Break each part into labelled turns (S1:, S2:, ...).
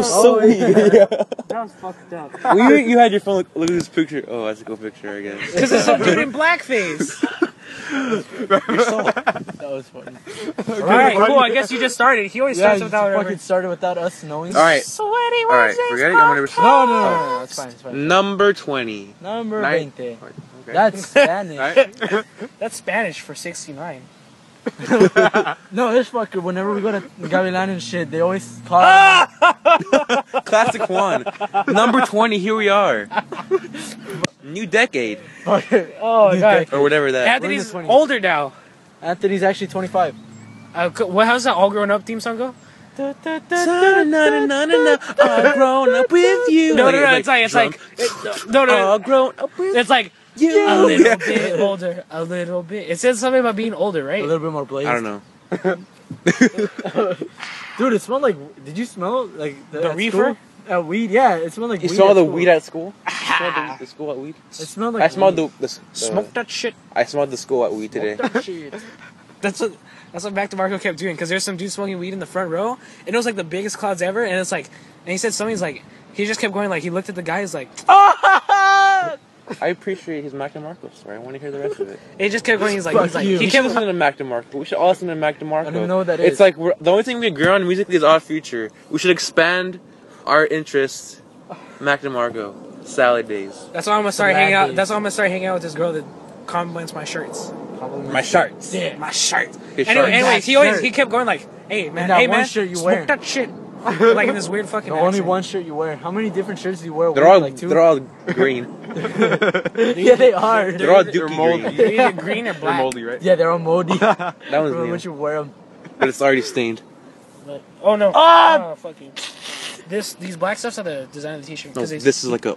S1: so
S2: Oh, yeah.
S1: weak. Yeah.
S2: That was fucked up.
S1: Well, you, you had your phone. Look, look at this picture. Oh, that's a cool picture, I guess.
S3: Because it's a dude in blackface.
S4: That was funny.
S3: All right, cool. I guess you just started. He always
S4: Yeah,
S3: starts
S4: you
S3: without a
S4: fucking started without us knowing.
S1: All right,
S3: Sweaty
S1: all right. Forget it. I'm gonna
S4: No, no, no, no, no, that's fine, that's fine.
S1: number twenty.
S4: Number
S1: Nine.
S4: 20.
S1: Okay.
S4: That's Spanish.
S1: all right.
S3: That's Spanish for 69.
S4: No, this fucker, whenever we go to Gavilan and shit, they always call
S1: Ah!
S4: out.
S1: Classic Juan. Number twenty. Here we are. New decade
S4: Fucker.
S3: Oh,
S4: You
S3: God.
S4: dick.
S1: or whatever that.
S4: We're in the
S3: Anthony's
S4: 20s.
S3: older now.
S4: Anthony's actually 25.
S3: Uh, co- what, how's that all grown up theme song go?
S1: I've grown up with you.
S3: No, no, no. It's like, it's like, it- no, no.
S1: I've grown up with
S3: It's like,
S1: you.
S3: a little
S1: Yeah.
S3: bit older. A little bit. It says something about being older,
S4: A
S3: right?
S4: little bit more blaze.
S1: I don't know.
S4: Dude, it smelled like. Did you smell like the,
S3: The
S4: at
S3: reefer?
S4: school? Uh, weed, yeah. It smelled like
S1: You
S4: weed.
S1: saw
S4: at
S1: the
S4: school.
S1: weed at school? Saw the, the school at weed?
S4: It smelled like.
S1: I smelled
S4: weed.
S1: the, the, the
S3: Smoke that shit.
S1: I smelled the school at weed today.
S4: Shit.
S3: That's what that's what Back to Marco kept doing because there's some dude smoking weed in the front row, and it was like the biggest clouds ever. And it's like, and he said something. He's like, he just kept going. Like he looked at the guy. He's like,
S1: I appreciate his Mac and Marco story. I want to hear the rest of it.
S3: it just kept going. He's like,
S4: Fuck
S3: he's like,
S4: you.
S3: he
S1: We should
S3: kept.
S1: listen to Mac and Marco. We should all listen to Mac and Marco.
S4: I don't know what that is.
S1: It's like we're, the only thing we agree on musically is Odd Future. We should expand our interests. Mac and Marco, Salad Days,
S3: That's why I'm gonna start hanging out.
S4: Gladly.
S3: That's why I'm gonna start hanging out with this girl that compliments my shirts.
S1: my sharks.
S3: Yeah, my shirt.
S1: His
S3: Anyway,
S1: shirt.
S3: anyways, he
S4: That
S3: always
S4: shirt.
S3: he kept going like, hey man,
S4: that
S3: hey
S4: one
S3: man,
S4: shirt you
S3: smoke
S4: wear.
S3: that shit. like in this weird fucking.
S4: The only
S3: accent.
S4: one shirt you wear. How many different shirts do you wear?
S1: They're
S4: One,
S1: all
S4: like two?
S1: they're all green.
S4: yeah, they are.
S1: They're all
S5: They're
S1: dookie
S5: moldy.
S1: green.
S3: They're either green or
S5: They're
S3: black.
S5: moldy, right?
S4: yeah, they're all moldy. Bro,
S1: That one's
S4: when
S1: new,
S4: you wear them.
S1: but it's already stained.
S3: But- oh no!
S4: Ah!
S3: Oh, fuck you. This these black stuffs are the design of the t-shirt.
S1: No,
S3: 'cause they-
S1: this is like a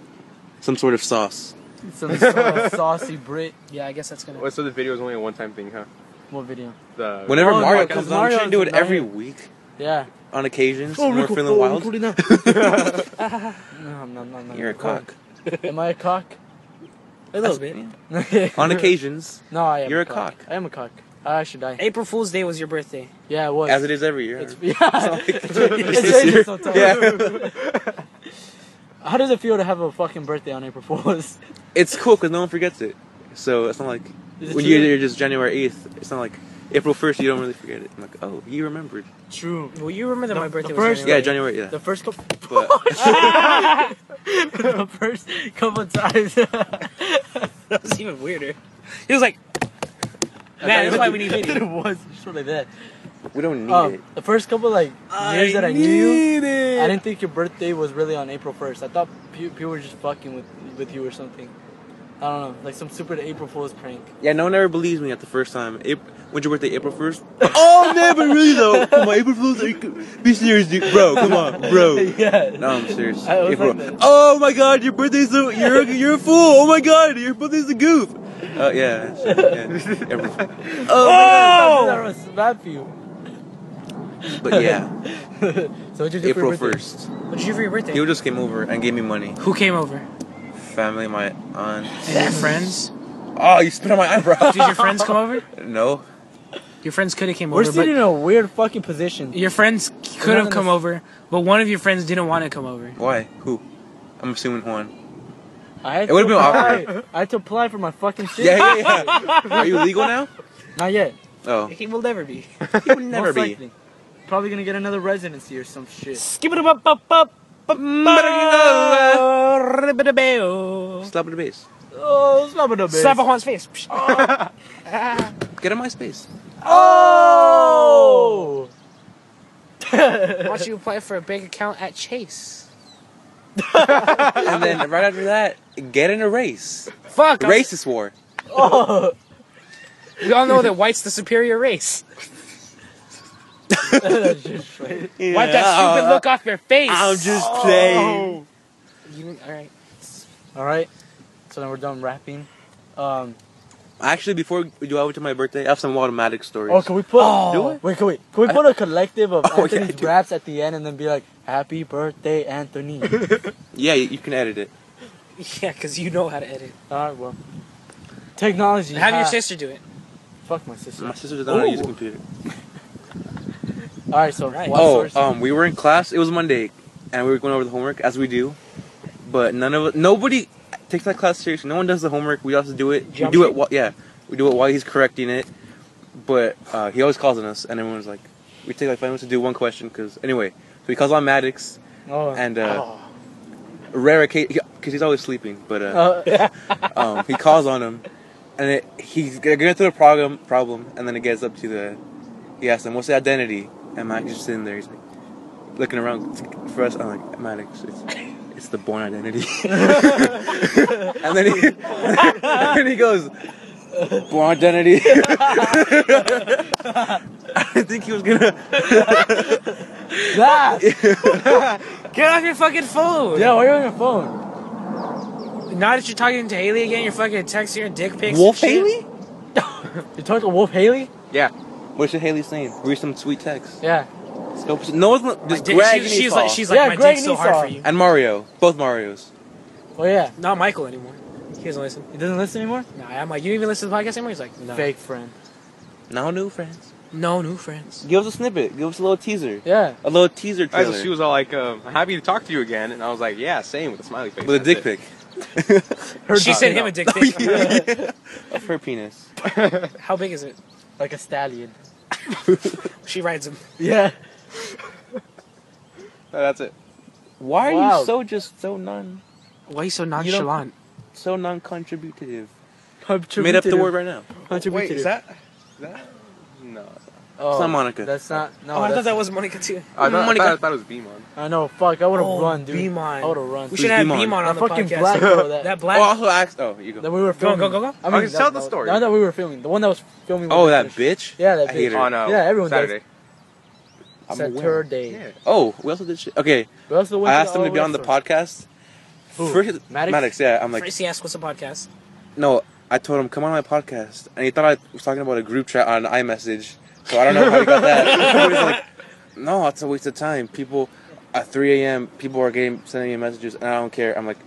S1: some sort of sauce.
S4: Some sort of saucy Brit.
S3: Yeah, I guess that's gonna.
S5: Oh, so the video is only a one-time thing, huh?
S4: What video?
S5: The
S1: Whenever
S4: Oh,
S1: Mario
S4: no, 'cause
S1: comes on, we
S4: Mario
S1: shouldn't do
S4: is
S1: it
S4: not
S1: every
S4: here.
S1: week
S4: Yeah.
S1: on occasions
S4: Oh,
S1: when we're feeling wild.
S4: no, I'm not, not, not.
S1: You're a cock.
S4: Am I a cock?
S3: A little bit.
S1: On occasions,
S4: No, I am.
S1: You're
S4: a
S1: a
S4: cock.
S1: cock.
S4: I am a cock. I should die.
S3: April Fool's Day was your birthday.
S4: Yeah, it was.
S1: as it is every year.
S4: It's, yeah.
S1: It's
S4: it's
S1: this year.
S4: dangerous sometimes.
S1: Yeah.
S4: How does it feel to have a fucking birthday on April Fool's?
S1: it's cool because no one forgets it. So it's not like
S4: Is it
S1: when
S4: true?
S1: you're, you're just January 8th, it's not like April 1st, you don't really forget it. I'm like, oh, you remembered.
S4: True.
S3: Well, you remember that
S4: The-
S3: my birthday
S4: the
S3: was.
S4: first-
S1: Yeah,
S3: January.
S1: January, yeah.
S4: The first couple,
S1: But
S4: the first couple times.
S3: that was even weirder. He was like, man, that's why we need video.
S4: it was just like that.
S1: we don't need
S4: Um,
S1: it.
S4: the first couple like years that I knew you, I didn't think your birthday was really on April first. I thought pe- people were just fucking with with you or something. I don't know, like some super April Fool's prank.
S1: Yeah, no one ever believes me at the first time. April, when's your birthday? April 1st? oh, man, but really though. Come on, April Fool's. are you- Be serious, dude. Bro, come on, bro.
S4: yeah.
S1: No, I'm serious.
S4: I was
S1: April.
S4: like that.
S1: oh my god, your birthday's a you're a, you're a fool. Oh my god, your birthday's a goof. Oh yeah. sure, yeah. April Fool.
S4: Oh!
S1: Oh,
S4: That was slap you.
S1: but yeah,
S4: So what you do
S1: April
S4: for your birthday?
S1: first.
S3: What did you do for your birthday?
S1: He just came over and gave me money.
S3: Who came over?
S1: Family, my aunt.
S3: Did your friends?
S1: Oh, you spit on my eyebrow.
S3: Did your friends come over?
S1: no.
S3: Your friends could have came
S4: We're
S3: over, but
S4: sitting in a weird fucking position.
S3: your friends
S4: We're
S3: could
S4: not
S3: have
S4: in
S3: come
S4: the-
S3: over, but one of your friends didn't want to come over.
S1: Why? Who? I'm assuming Juan.
S4: I had
S1: It would've
S4: to
S1: been
S4: apply- I had to apply for my fucking shit.
S1: Yeah, yeah, yeah. Are you legal now?
S4: Not yet.
S1: Oh,
S3: He will never be.
S1: he would never
S4: Most
S1: be.
S4: likely. Probably gonna get another residency or some shit.
S3: Skip it up, up, up.
S1: uh,
S3: Slap
S1: Slap in the base.
S4: Oh, slap it up, babe.
S3: on Juan's face.
S1: Get in my space.
S4: Oh!
S3: Why don't you apply for a bank account at Chase?
S1: And then right after that, get in a race.
S3: Fuck! I-
S1: Racist war.
S4: oh!
S3: We all know that white's the superior race.
S4: That's just right.
S3: Wipe that stupid look off your face.
S1: I'm just playing.
S3: You- all right.
S4: All right. So then we're done rapping. Um.
S1: Actually, before we do over to my birthday, I have some automatic stories.
S4: Oh, can we put?
S1: Do it?
S4: Wait, can we? Can we put a collective of
S1: Oh, yeah,
S4: Anthony's
S1: dude.
S4: raps at the end and then be like, "Happy birthday, Anthony." All
S1: Yeah, you, you can edit it.
S3: Yeah, because you know how to edit.
S4: right. Well. Technology.
S3: Have your
S4: ha-
S3: sister do it.
S4: Fuck my sister.
S1: My sister doesn't know how to use a
S4: Ooh.
S1: computer.
S4: All right. So.
S3: Right.
S4: what
S1: Oh,
S4: source-
S1: um, we were in class. It was Monday. and we were going over the homework as we do, but none of nobody takes that class seriously. No one does the homework. We also do it.
S3: Jump
S1: we do
S3: sheet?
S1: it. While, yeah, we do it while he's correcting it. But uh, he always calls on us, and everyone's like, we take like five minutes to do one question because anyway. So he calls on Maddox
S4: Oh.
S1: and uh, rare occasion because he's always sleeping, but. Uh,
S4: Uh,
S1: um, he calls on him, and it, he's gonna get through the problem, problem, and then it gets up to the. He asks him, "What's the identity?" And Maddox just sitting there, he's like, looking around for us. I'm like, Maddox, it's, it's the born identity. and then he, and he goes, born identity. I think he was gonna.
S4: that.
S3: Get off your fucking phone.
S4: Yeah, why are you on your phone?
S3: Now that you're talking to Haley again, you're fucking texting her dick pics.
S1: Wolf
S3: and shit.
S1: Haley?
S4: You talking to Wolf Haley?
S1: Yeah. What's your Haley saying? Read some sweet text.
S4: Yeah.
S1: No, no one's gonna-
S3: Like,
S1: just
S3: dick-
S1: Greg
S3: she, she's like, she's like,
S4: Yeah,
S3: my
S4: Greg
S3: dick's so hard for
S4: Nissan.
S3: you.
S1: and Mario, both Mario's.
S4: Oh yeah.
S3: Not Michael anymore. He doesn't listen.
S4: He doesn't listen anymore.
S3: Nah, I'm like, you even listen to the podcast anymore? He's like, no.
S4: Fake friend.
S1: Now new friends.
S3: No new friends.
S1: Give us a snippet. Give us a little teaser.
S4: Yeah.
S1: A little teaser
S5: Alright,
S1: trailer.
S5: so she was all like, um, "I'm happy to talk to you again," and I was like, "Yeah, same with a smiley face."
S1: with a dick pic.
S3: she sent him a dick pic.
S1: of her penis.
S3: How big is it?
S4: Like a stallion.
S3: She rides him.
S4: Yeah.
S5: Oh, that's it.
S1: Why are
S4: Wow.
S1: you so just so non
S3: Why are you so
S1: nonchalant? so non contributive? Made up
S4: Contributed.
S1: the word right now.
S5: Wait,
S4: Contributed.
S5: is that? is that? No.
S4: Oh,
S1: It's not Monica.
S4: That's not. No.
S3: Oh, I
S4: that's-
S3: thought that was Monica too.
S5: I thought, I
S1: Monica.
S5: thought, I thought it was Beamon.
S4: I know. Fuck. I would have
S3: Oh,
S4: run, dude.
S3: Beeman.
S4: I would have run.
S3: We
S1: Who's
S3: should have
S1: Beemon?
S3: Beemon on
S4: That
S3: the
S4: fucking
S3: podcast.
S4: black girl that-
S3: that
S1: Oh,
S3: black.
S1: also asked. Oh, you
S4: That
S1: go.
S4: we were
S3: Go on,
S4: filming.
S3: go, go, go.
S4: I mean,
S5: just
S4: that-
S5: tell the
S4: that-
S5: story.
S4: Not that we were filming. The one that was filming.
S1: Oh,
S4: was
S1: that bitch.
S4: finished. Yeah, that
S1: I
S4: bitch.
S1: hate her.
S5: On uh,
S4: Yeah, everyone does.
S5: Saturday.
S1: I'm aware.
S4: Saturday.
S5: Yeah.
S1: Oh, we also did shit. Okay,
S4: We also went
S1: I
S4: to
S1: asked
S4: the
S1: him to be on the
S4: Oliver store.
S1: podcast.
S4: Who?
S1: First,
S4: Maddox?
S1: yeah. I'm like,
S3: First, he asked, what's a podcast?
S1: no. I told him come on my podcast, and he thought I was talking about a group chat on iMessage. So I don't know how he got that. But he's like, no, it's a waste of time. People at 3 a.m. People are getting sending me messages, and I don't care. I'm like,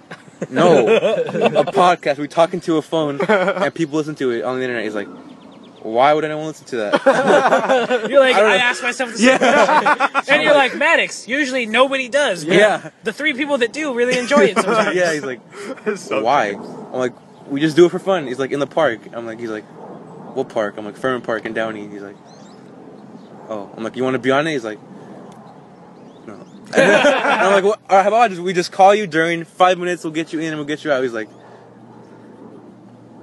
S1: no, a podcast. We talking to a phone, and people listen to it on the internet. He's like, why would anyone listen to that?
S3: You're like,
S1: I don't
S3: I,
S1: know.
S3: asked myself the same question. And you're like, Maddox, usually nobody does. But
S1: Yeah.
S3: The three people that do really enjoy it sometimes.
S1: yeah, he's like, why? I'm like, we just do it for fun. He's like, in the park. I'm like, he's like, what park? I'm like, Furman Park in Downey. He's like, oh. I'm like, you want to be on it? He's like, no. And I'm like, well, all right, how about I just, we just call you during five minutes? We'll get you in and we'll get you out. He's like,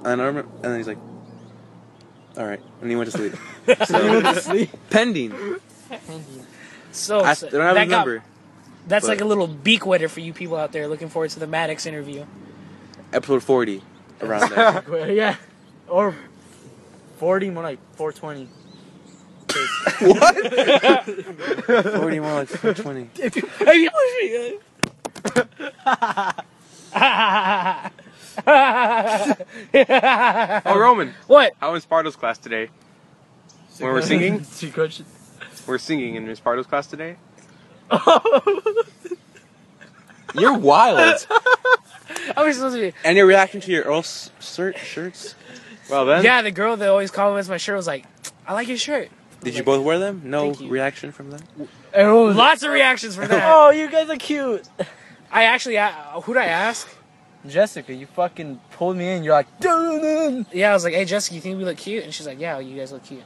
S1: and I remember, and then he's like, all right, and he went to sleep. So, pending.
S3: So,
S1: I
S3: so
S1: don't have
S3: that
S1: his
S3: got-
S1: number.
S3: that's
S1: but-
S3: like a little beak wetter for you people out there looking forward to the Maddox interview.
S1: Episode 40, around there.
S4: yeah. Or 40, more like 420.
S1: what? 40 more like 20.
S5: Oh, Roman,
S3: What?
S5: I was Pardo's class today. When we're singing,
S4: She crushed it.
S5: we're singing in Miss Pardo's class today.
S1: You're wild.
S3: I was supposed to be.
S1: And your reaction to your Earl s- shirt shirts?
S5: Well then,
S3: Yeah, the girl that always compliments my shirt was like, I like your shirt.
S1: Did you both wear them? No
S3: Thank you.
S1: reaction from them.
S4: Everyone was like,
S3: Lots of reactions for that.
S4: oh, you guys are cute.
S3: I actually, a who'd I ask?
S4: Jessica, you fucking pulled me in. You're like, dun
S3: Yeah, I was like, hey, Jessica, you think we look cute? And she's like, yeah, you guys look cute.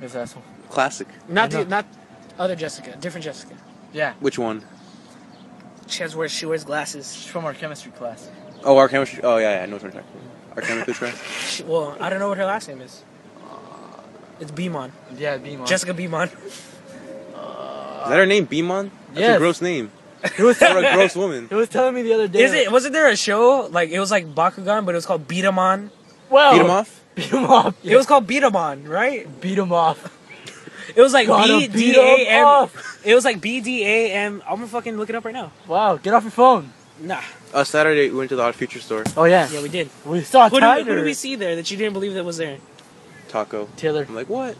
S4: This asshole.
S1: Classic.
S3: Not
S4: I
S3: the,
S4: know.
S3: not other Jessica, different Jessica.
S4: Yeah.
S1: Which one?
S3: She has wears she wears glasses.
S4: She's from our chemistry class.
S1: Oh, our chemistry. Oh yeah, yeah, I know what you're talking about. Our chemistry class.
S3: She, well, I don't know what her last name is. It's Beamon.
S4: Yeah, Beamon.
S3: Jessica Beamon.
S1: Is that her name? Beamon? That's
S4: Yes.
S1: a gross name.
S4: He was,
S1: What a gross woman.
S4: he was telling me the other day.
S3: Is it? Wasn't there a show like it was like Bakugan, but it was called Beatamon?
S4: Well,
S1: Beat him off.
S4: Beat him off.
S3: It was called Beatamon, right?
S4: beat him off.
S3: It was like
S4: Gotta
S3: B
S4: beat
S3: D A
S4: 'em
S3: M.
S4: off.
S3: It was like B D A M. I'm gonna fucking look it up right now.
S4: Wow, get off your phone.
S3: Nah,
S1: Uh, Saturday we went to the Odd Future store.
S4: Oh, yeah.
S3: yeah, we did.
S4: we saw
S3: Who
S4: Tyler.
S3: did, who did we see there that you didn't believe that was there?
S1: Taco.
S4: Taylor.
S1: I'm like, what?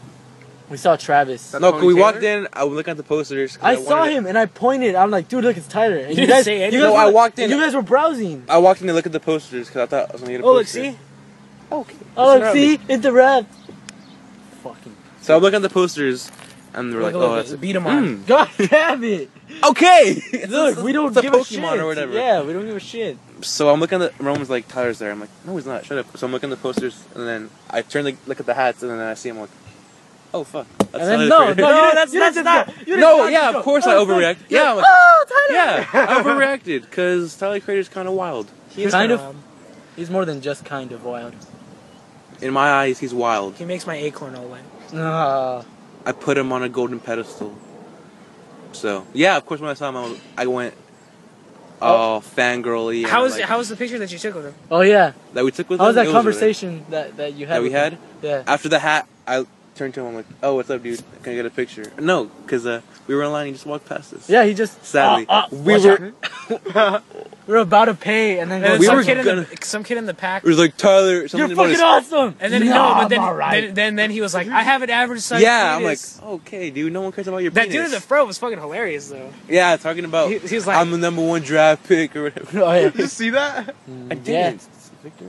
S4: We saw Travis.
S5: That's
S1: No,
S5: Tony
S1: 'cause we
S5: Taylor?
S1: walked in. I was looking at the posters. 'cause
S4: I
S1: wanted
S4: saw
S1: to-
S4: him and I pointed. I'm like, dude, look, it's Tyler. And
S3: You
S4: you
S3: didn't
S4: guys,
S3: say
S4: you
S3: anything.
S4: guys
S1: No, I
S4: were-
S1: walked in-
S4: You guys were browsing.
S1: I walked in to look at the posters because I thought I was gonna get a
S3: Oh, look,
S1: poster.
S3: see,
S1: Oh, okay.
S4: Oh,
S1: That's
S4: see, interrupt. Fucking.
S1: So I'm looking at the posters, and they're like,
S3: Look, look,
S1: oh,
S3: look,
S1: that's
S3: beat 'em up.
S1: Mm.
S4: God damn it!
S1: Okay,
S4: Look, we don't
S1: it's a
S4: give a, shit.
S1: Pokemon or whatever.
S4: Yeah, we don't give a shit.
S1: So I'm looking at the Roman's like Tyler's there. I'm like, no, he's not. Shut up. So I'm looking at the posters, and then I turn to look at the hats, and then I see him like, oh fuck. That's
S4: And
S1: Tyler's
S4: then no, no,
S1: right
S4: no,
S1: here.
S4: that's
S3: you
S4: that's
S3: didn't-
S4: not. you didn't
S1: no,
S4: not
S1: yeah,
S4: go,
S1: of course I
S4: "Oh, fuck."
S1: overreact. Yeah, I'm like,
S4: Oh, Tyler.
S1: yeah, I overreacted because Tyler Creator's kind of wild.
S3: He is um,
S4: Kind
S3: kinda
S4: of.
S3: wild.
S4: He's more than just kind of wild.
S1: In my eyes, he's wild.
S3: He makes my acorn all wet.
S4: Nah.
S1: I put him on a golden pedestal. So yeah, of course when I saw him, I, was- I went, oh, fangirly. and
S3: how was
S1: like,
S3: how was the picture that you took of him?
S4: Oh yeah.
S1: that we took with
S4: How
S1: him,
S4: was that
S1: it really-
S4: conversation that, that you had?
S1: That we
S4: with him?
S1: had? Ah.
S4: Yeah.
S1: After the hat, I turned to him. I'm like, "Oh, what's up, dude? Can I get a picture?" No, because uh, we were in line. He just walked past us.
S4: Yeah, he just.
S1: Sadly,
S4: Ah, ah,
S1: we
S4: watch
S1: were.
S4: out. We were about to pay, and then.
S3: And then
S4: goes,
S1: We
S3: some
S1: were
S3: kid in
S1: gonna-
S3: the, some kid in the pack.
S1: It was like Tyler. Something
S4: You're
S1: about his-
S4: fucking awesome.
S3: And then
S4: Nah,
S3: no, but then,
S4: I'm alright.
S3: then then then he was like, I have an average size.
S1: Yeah, I'm like,
S3: penis."
S1: okay, dude. No one cares about your
S3: That dude
S1: penis.
S3: in the fro was fucking hilarious though.
S1: yeah, talking about.
S3: He- he was like-
S1: "I'm the number one draft pick" or whatever.
S4: Oh, yeah.
S5: Did you see that?
S1: I
S4: Mm,
S1: didn't.
S4: yeah.
S1: Victor.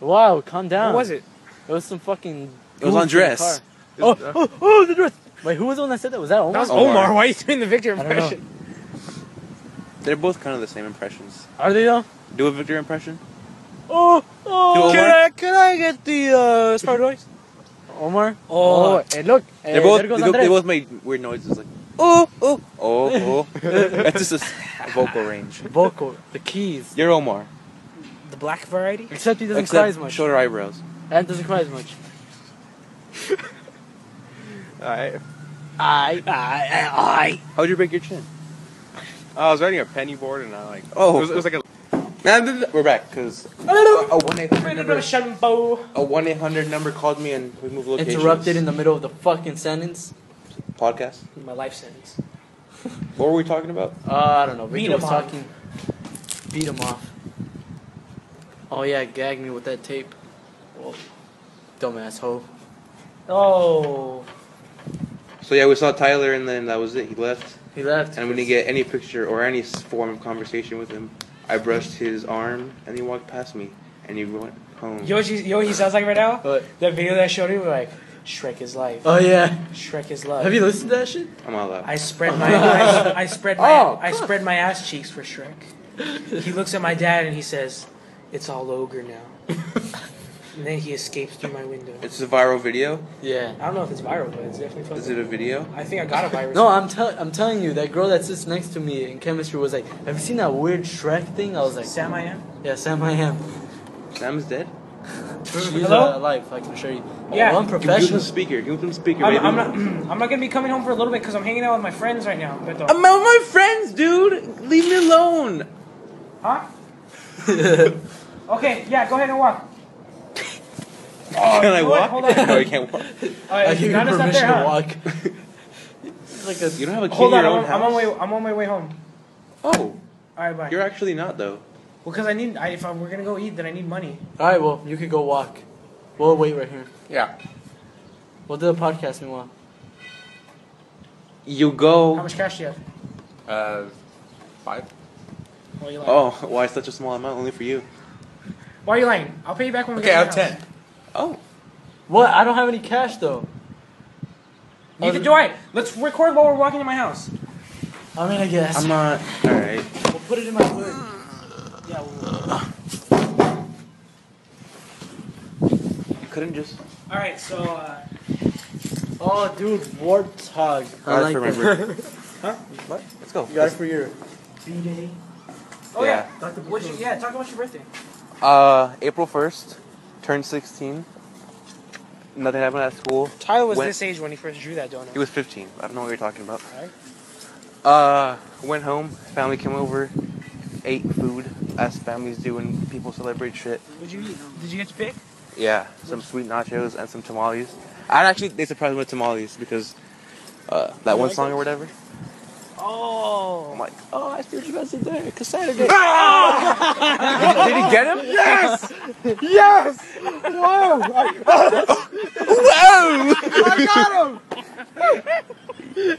S4: Wow, calm down.
S3: What was it?
S4: It was some fucking.
S1: It was
S4: goof in the
S1: Andres.
S4: car.
S5: It
S4: Oh,
S5: was-
S4: oh, oh, the dress. Wait, who was the one that said that? Was that Omar?
S3: That was
S1: Omar.
S3: Omar. Why are you doing the Victor
S4: don't know.
S3: impression?
S1: They're both kind of the same impressions.
S4: Are they though?
S1: Do a Victor impression.
S4: Oh, oh.
S1: Dude, Omar?
S4: I, can I get the uh, Star Noise? Omar?
S3: Oh.
S4: Oh, and look.
S1: They're
S4: eh,
S1: both. They,
S4: there goes
S1: go- they
S4: Andres.
S1: both made weird noises like, "Oh, oh, oh, oh." That's just a s- a vocal range.
S4: Vocal, the keys.
S1: You're Omar.
S3: The black variety.
S4: Except he doesn't cry as
S1: Except
S4: much.
S1: shorter eyebrows.
S4: And doesn't cry as much.
S5: Alright.
S4: I, I, I,
S1: How'd you break your chin?
S5: I was writing a penny board and I like.
S1: Oh.
S5: It was, it was like a.
S1: Man, we're back because
S4: I.
S1: a one eight hundred number
S3: Bow.
S1: a one eight hundred number called me and we moved locations.
S4: Interrupted in the middle of the fucking sentence.
S1: podcast.
S3: My life sentence.
S1: What were we talking about?
S4: Uh, I don't know. Beat him
S3: Beat
S4: was
S3: him off.
S4: talking. Beat him off. Oh yeah, gag me with that tape. Whoa. Dumbass hoe.
S3: Oh.
S1: So yeah, we saw Tyler and then that was it. He left
S4: He left.
S1: and we didn't get any picture or any s- form of conversation with him. I brushed his arm and he walked past me and he went home.
S3: You know what he, you know what he sounds like right now?
S4: What?
S3: That video that I showed you, we're like, Shrek is life.
S4: Oh yeah.
S3: Shrek is love.
S4: Have you listened to that shit?
S1: I'm all out.
S3: I spread my I, I spread my
S4: Oh,
S3: I
S4: God.
S3: spread my ass cheeks for Shrek. He looks at my dad and he says, "It's all ogre now." and then he escapes through my window.
S1: It's a viral video.
S4: Yeah.
S3: I don't know if it's viral, but it's definitely fucking.
S1: Is it a video?
S3: I think I got a virus.
S4: No, I'm tell I'm telling you, that girl that sits next to me in chemistry was like, "Have you seen that weird Shrek thing?" I was like,
S3: Sam, I am.
S4: "Yeah, Sam, I am."
S1: Sam's dead.
S4: She's
S3: Hello?
S4: uh, alive. I can show you.
S3: Yeah.
S4: Oh,
S1: Give
S4: I'm
S1: him some
S4: professional.
S1: speaker. Give him some speaker,
S3: I'm,
S1: baby.
S3: I'm not. I'm not gonna be coming home for a little bit because I'm hanging out with my friends right now. But
S1: I'm out with my friends, dude. Leave me alone.
S3: huh? okay, yeah, go ahead and walk.
S1: Can I
S3: hold on,
S1: walk?
S3: hold on.
S1: No, you can't walk.
S3: All
S4: I
S3: right,
S4: give you
S3: Nana's not
S4: permission
S3: there,
S4: to
S3: huh?
S4: walk. It's like a
S1: You don't have a key
S3: Hold
S1: to
S3: on,
S1: your
S3: I'm
S1: own
S3: on, I'm on
S1: house.
S3: my I'm on my way home.
S1: Oh,
S3: All right, bye.
S1: you're actually not though.
S3: Well, because I need I, if I, we're gonna go eat, then I need money.
S4: All right, well, you could go walk. We'll wait right here.
S1: Yeah.
S4: We'll do the podcast meanwhile.
S1: You
S3: How
S1: go.
S3: much cash do you have?
S5: Uh, five.
S3: Why are you lying?
S1: Oh, why such a small amount only for you?
S3: Why are you lying? I'll pay you back when we
S5: Okay,
S3: get
S5: I have
S3: to my
S5: ten.
S3: house.
S1: Oh,
S4: What? I don't have any cash though.
S3: Neither do I. Let's record while we're walking to my house.
S4: I mean, I guess.
S1: I'm not. All right.
S4: we'll put it in my wood.
S3: Yeah. Well,
S1: You couldn't just.
S3: all right. So. Uh,
S4: Oh, dude, warthog.
S1: I
S4: I like
S1: remember.
S4: that.
S1: What? Let's go.
S4: You got it for your.
S3: B-Day. Oh yeah. What's your, yeah. Talk about your birthday.
S1: Uh, April first, turned sixteen. Nothing happened at school.
S3: Tyler was
S1: When-
S3: this age when he first drew that donut.
S1: He was fifteen. I don't know what you're talking about.
S3: Alright.
S1: Uh, went home. Family came over. Ate food as families do when people celebrate shit.
S3: Would you eat? Did you get to pick?
S1: Yeah, some sweet nachos and some tamales. I actually they surprised me with tamales because uh, that one
S3: like
S1: song or whatever. I'm
S3: Oh.
S1: like, oh, I spiritual you guys there because Saturday. Did he get him? Yes.
S5: Ah! Yes! Whoa! I,
S1: Whoa!
S5: I got him!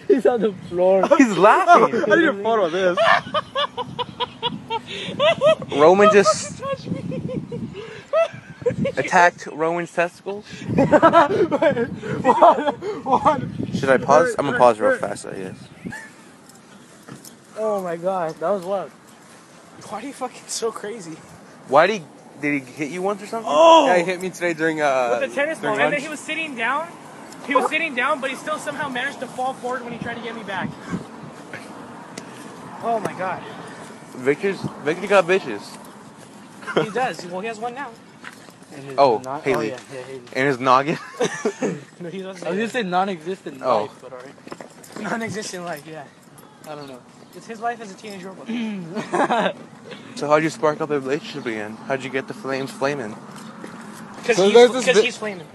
S4: He's on the floor.
S1: He's laughing.
S5: I need a photo of this.
S1: Roman just. attacked Rowan's testicles?
S4: Juan, Juan.
S1: Should I pause? I'm gonna pause real fast, I guess.
S4: Oh my god, that was wild.
S6: Why are you fucking so crazy?
S1: Why did he, did he hit you once or something?
S6: Oh!
S5: Yeah, he hit me today during uh.
S3: the tennis ball,
S5: during
S3: and then
S5: lunch.
S3: he was sitting down. He was sitting down, but he still somehow managed to fall forward when he tried to get me back. Oh my god.
S1: Victor's Victor got bitches.
S3: He does. Well, he has one now.
S4: And his
S1: Oh,
S4: non-
S1: Haley.
S4: Oh, yeah, yeah, Haley.
S1: And his noggin.
S3: No, he's not
S4: I was gonna say non-existent
S1: Oh.
S4: life, but alright.
S3: non-existent life. Yeah,
S4: I don't know.
S3: it's his life as a teenage robot. I
S1: so how'd you spark up the relationship again? How'd you get the flames flaming?
S3: Because
S5: So there's
S3: he's,
S5: this
S3: because
S5: bit-
S3: he's flaming.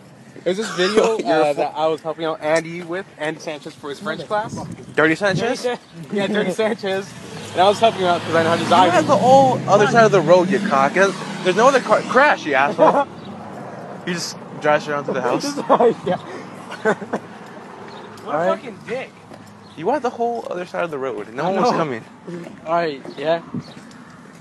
S5: There's this video uh, that I was helping out Andy with, Andy Sanchez for his French class.
S1: Dirty Sanchez?
S5: Yeah, Dirty Sanchez. And I was helping him out because I know how to
S1: You're
S5: design.
S1: the whole other side of the road, you cock. There's there's no other car. Crash, you asshole. you just drive straight onto the house.
S3: What a
S4: Alright.
S3: fucking dick.
S1: You want the whole other side of the road. No one was coming.
S4: Alright, yeah.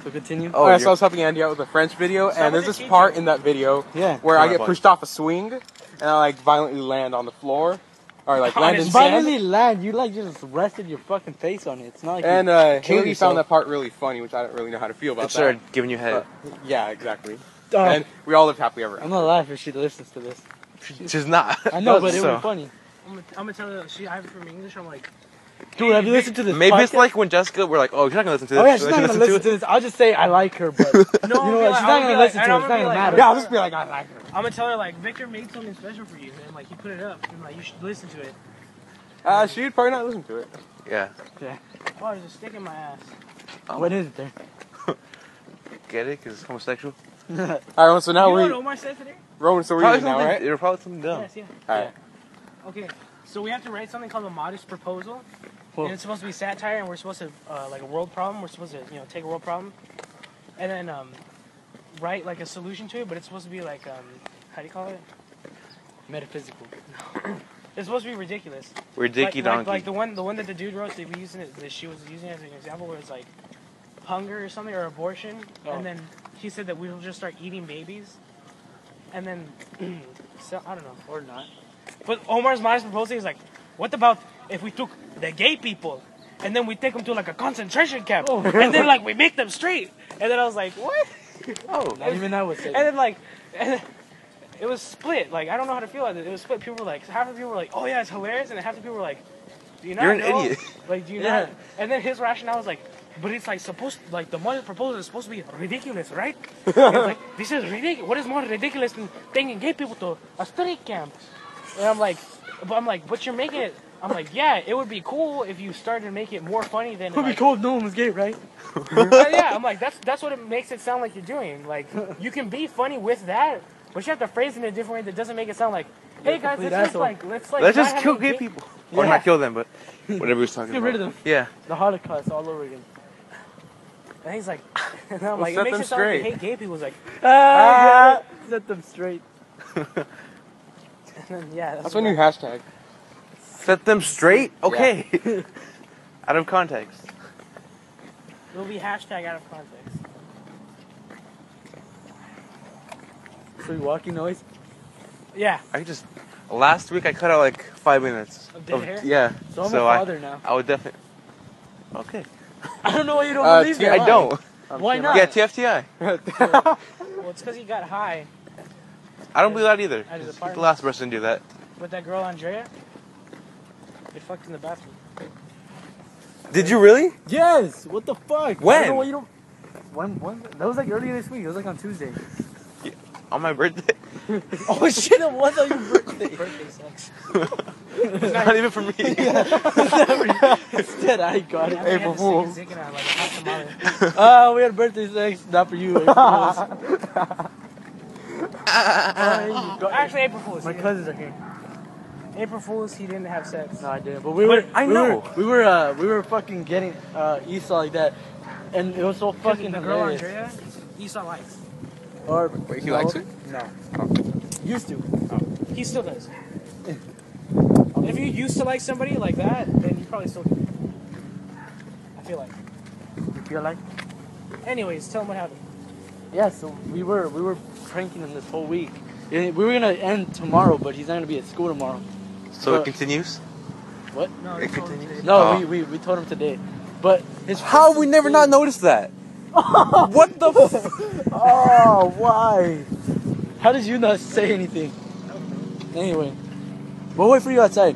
S4: So continue.
S1: Oh,
S5: Alright,
S1: you're-
S5: so I was helping Andy out with a French video,
S3: Stop
S5: and
S3: with
S5: there's
S3: the
S5: this
S3: teacher.
S5: part in that video
S4: Yeah.
S5: where
S1: Come
S5: I
S1: on,
S5: get
S1: bud.
S5: pushed off a swing, and I like violently land on the floor, or like
S3: On
S5: land in
S3: his
S5: sand.
S4: Finally land, you like just rested your fucking face on it. It's not like you-
S5: And uh,
S4: Kill
S5: Haley
S4: yourself.
S5: found that part really funny, which I don't really know how to feel about
S1: It
S5: that.
S1: started giving you head.
S5: Yeah, exactly.
S4: Oh,
S5: And we all lived happily ever
S4: I'm
S5: after.
S4: gonna laugh if she listens to this.
S1: She's not.
S4: I know, but it
S1: So-
S4: would be funny.
S3: I'm gonna, I'm gonna tell her. She hired from English. I'm like,
S4: Dude, have you listened to this?
S1: Maybe it's
S4: podcast?
S1: like when Jessica, we're like, oh, she's not gonna listen to this.
S4: Oh yeah, she's not
S1: She'll
S4: gonna listen to this. I'll just say I like her, but you
S3: no, I'm
S4: know
S3: gonna
S4: what? She's not
S3: be like-
S4: gonna listen
S3: I'm
S4: to it. It's
S3: be
S4: not gonna
S3: like-
S4: matter.
S5: Yeah, I'll just be like, I like her.
S3: I'm gonna tell her like Victor made something special for you, and like he put it up, and like you should listen to it.
S5: Uh, she would probably not listen to it.
S1: Yeah.
S3: Oh, there's a stick in my ass.
S4: What is it there?
S1: Get it? Cause it's homosexual.
S5: All right, so now
S3: you Oh. know
S5: we
S3: what Omar said today?
S5: Roman, so we're
S1: Probably
S5: even now,
S1: something-
S5: right?
S1: It'll probably something dumb.
S3: Yes, yeah.
S5: All right.
S3: Okay, so we have to write something called a modest proposal,
S4: Well-
S3: and it's supposed to be satire, and we're supposed to uh, like a world problem. We're supposed to you know take a world problem, and then um, write like a solution to it. But it's supposed to be like um, how do you call it?
S4: Metaphysical.
S3: It's supposed to be ridiculous.
S1: We're
S3: Like-
S1: dicky
S3: like,
S1: donkey.
S3: Like the one, the one that the dude wrote that we using it, that she was using as an example, where it's like hunger or something or abortion,
S4: Oh.
S3: and then he said that we'll just start eating babies, and then so I don't know.
S4: Or not.
S3: But Omar's modest proposal is like, what about if we took the gay people and then we take them to like a concentration camp
S4: Oh.
S3: and then like we make them straight? And then I was like, what?
S1: oh.
S4: Not even I would say.
S3: And then like, and then it was split. Like I don't know how to feel about it. It was split. People were like, half the people were like, oh yeah, it's hilarious, and half the people were like, do you not
S1: You're an
S3: know?
S1: idiot.
S3: Like do you
S4: Yeah.
S3: not? And then his rationale was like. But it's like supposed like the modest proposal is supposed to be ridiculous, right? And it's like this is ridiculous. What is more ridiculous than taking gay people to a straight camp? And I'm like, but I'm like, but you're making it. I'm like, yeah, it would be cool if you started to make it more funny than.
S4: It would be
S3: like-
S4: cool if no one was gay, right?
S3: Uh, yeah, I'm like, that's that's what it makes it sound like you're doing. Like, you can be funny with that, but you have to phrase it in a different way that doesn't make it sound like, hey guys,
S4: complete
S3: let's just
S4: asshole.
S3: like, let's like,
S1: Let's
S3: not
S1: just
S3: have
S1: kill
S3: any
S1: gay
S3: gay-
S1: people. Or
S4: Yeah.
S1: not kill them, but whatever he was talking
S4: Get
S1: about.
S4: rid of them.
S1: Yeah.
S4: The Holocaust all over again.
S3: And he's like, and I'm like,
S5: set
S3: it makes
S5: them
S3: it sound like you
S5: straight.
S3: hate gay people. It's like,
S4: Ah, set them straight.
S3: yeah, that's,
S5: That's my new hashtag.
S1: Set them straight? Okay. Out of context.
S3: it'll be hashtag out of context.
S4: Free walking noise.
S3: Yeah,
S1: I just last week I cut out like five minutes.
S3: Of dead hair?
S1: Yeah.
S4: So I'm a
S1: I-
S4: father now.
S1: I, would definitely. Okay.
S4: I don't know why you don't
S5: Uh,
S4: believe
S5: T-
S4: me.
S5: Why?
S1: I don't.
S4: Why not?
S1: Yeah, TFTI.
S3: well, it's because he got high
S1: I don't believe that either.
S3: Out of the
S1: Just
S3: apartment.
S1: the last person to do that.
S3: with that girl Andrea. They fucked in the bathroom.
S1: Did you really?
S4: Yes. What the fuck? I don't
S1: When?
S4: know why you don't. When? When? That was like earlier this week. It was like on Tuesday.
S1: On my birthday?
S4: oh shit! It was on your birthday.
S3: Birthday sex.
S1: Not even for me.
S4: Instead, I got it.
S3: April
S5: Fool's.
S3: Like a hot tamale.
S4: Oh, we had birthday sex. Not for you. April Fools. Oh, you got-
S3: Actually, April Fool's.
S4: my
S3: he
S4: cousins are here.
S3: didn't- April Fool's. He didn't have sex.
S4: No, I didn't. But we were.
S1: I
S4: we
S1: know.
S4: Were, we were. Uh, we were fucking getting uh, Esau like that, and it was so fucking
S3: the girl
S4: hilarious.
S3: Andrea, Esau likes.
S4: Or
S5: Wait, he likes it?
S4: No. Used to.
S3: He still does. if you used to like somebody like that, then you probably still do. I feel like.
S4: You feel like?
S3: Anyways, tell him what happened.
S4: yeah, so we were we were pranking him this whole week. Yeah, We were gonna end tomorrow, but he's not gonna be at school tomorrow.
S1: So
S4: But-
S1: it continues.
S4: What?
S2: No,
S1: It continues.
S4: No,
S1: Oh.
S4: we, we, we told him today. But his
S1: How
S4: first
S1: we never not
S4: mistake-
S1: noticed that? what the? F-
S4: Oh, why? How did you not say anything? Anyway, we'll wait for you outside.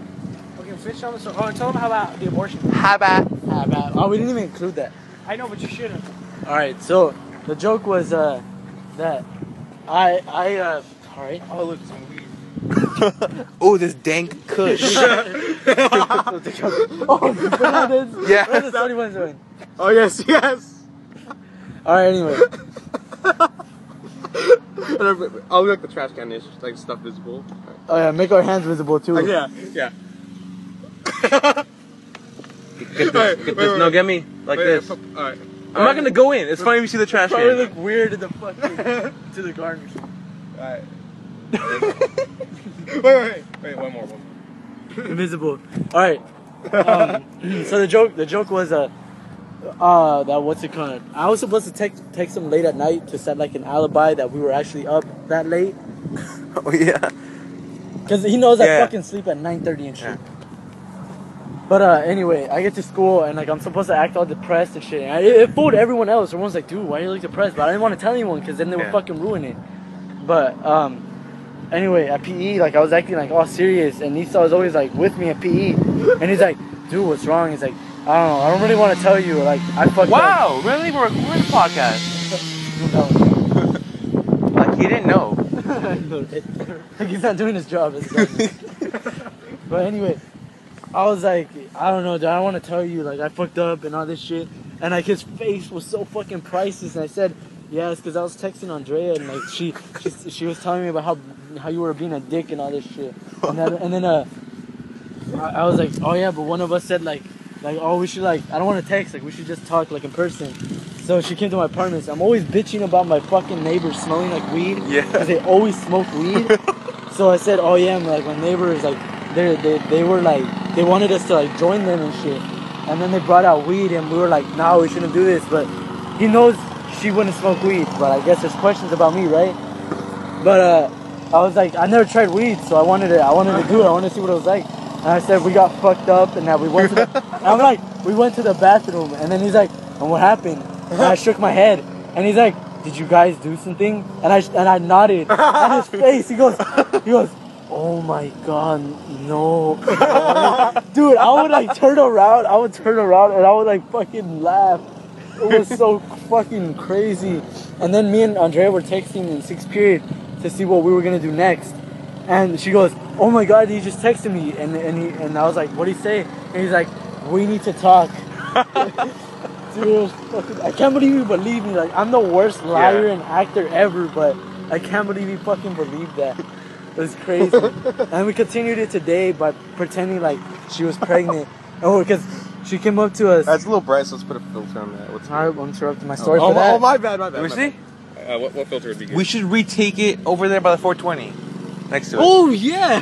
S2: Okay, finish on the story. Oh, tell them how about the abortion.
S1: How about?
S4: Ah, bad. Oh, we didn't even include that.
S2: I know, but you shouldn't.
S4: All right, so the joke was uh, that I I uh, all right.
S2: Oh, look, it's weird.
S1: Oh, this dank Kush.
S4: Oh, Bernadette's-
S1: Yeah.
S4: Bernadette's already went to win.
S5: Oh yes, yes.
S4: All right, anyway.
S5: And I'm- I'll look at the trash can. It's like stuff visible.
S4: Oh yeah, make our hands visible too.
S5: Like, yeah, yeah.
S1: Get this, get this. No, get me like
S5: Wait,
S1: this.
S5: All right.
S1: I'm not gonna go in. It's funny if you see the trash
S4: Probably
S1: can.
S4: look weird in the fucking to the garden.
S5: Alright. wait, wait, wait, wait, one more, one more.
S4: Invisible. All right. Um, so the joke, the joke was uh, uh, that what's it called? I was supposed to text text him late at night to set like an alibi that we were actually up that late,
S1: Oh yeah.
S4: cause he knows I
S1: Yeah.
S4: fucking sleep at nine thirty and shit. But uh, anyway, I get to school and like I'm supposed to act all depressed and shit. And I, it, it fooled everyone else. Everyone's like, "Dude, why are you like depressed?" But I didn't want to tell anyone because then they would
S1: Yeah.
S4: fucking ruin it. But um, anyway, at PE, like I was acting like all serious, and Nisa was always like with me at PE, and he's like, "Dude, what's wrong?" He's like, "I don't know. I don't really want to tell you. Like I fucked up."
S1: Wow, really? We're recording a podcast. Like he didn't know.
S4: like he's not doing his job. as a guy. but anyway, I was like, I don't know, dude. I want to tell you, like, I fucked up and all this shit. And like his face was so fucking priceless. And I said, yes, because I was texting Andrea and like she, she she was telling me about how how you were being a dick and all this shit. And then, and then uh, I, I was like, oh yeah, but one of us said like like oh we should like I don't want to text like we should just talk like in person. So she came to my apartment. So I'm always bitching about my fucking neighbors smelling like weed.
S1: Yeah.
S4: Because they always smoke weed. so I said, oh yeah, and, like my neighbors like they they they were like they wanted us to like join them and shit. And then they brought out weed and we were like, no, we shouldn't do this. But he knows she wouldn't smoke weed. But I guess there's questions about me, right? But uh, I was like, I never tried weed, so I wanted to, I wanted to do it. I wanted to see what it was like. And I said we got fucked up, and that we went to the. and I'm like, we went to the bathroom, and then he's like, and what happened? And I shook my head, and he's like, did you guys do something? And I and I nodded, and his face, he goes, he goes. Oh my god, no. Dude, I would like turn around, I would turn around and I would like fucking laugh. It was so fucking crazy. And then me and Andrea were texting in sixth period to see what we were gonna do next. And she goes, "Oh my god, he just texted me." And and he, and I was like, "What would he say?" And he's like, "We need to talk." Dude, it was fucking, I can't believe you believe me. Like, I'm the worst liar
S1: Yeah.
S4: and actor ever, but I can't believe you fucking believed that. It was crazy. and we continued it today by pretending like she was pregnant. oh, because she came up to us.
S5: That's a little bright, so let's put a filter on that. What's
S4: Sorry, I'm interrupting my story
S5: oh,
S4: for
S5: my-
S4: that.
S5: oh, my bad, my bad.
S1: Let me
S5: my
S1: see.
S5: bad. Uh, what, what filter would be good?
S1: We should retake it over there by the 420. Next to it.
S4: Oh yeah!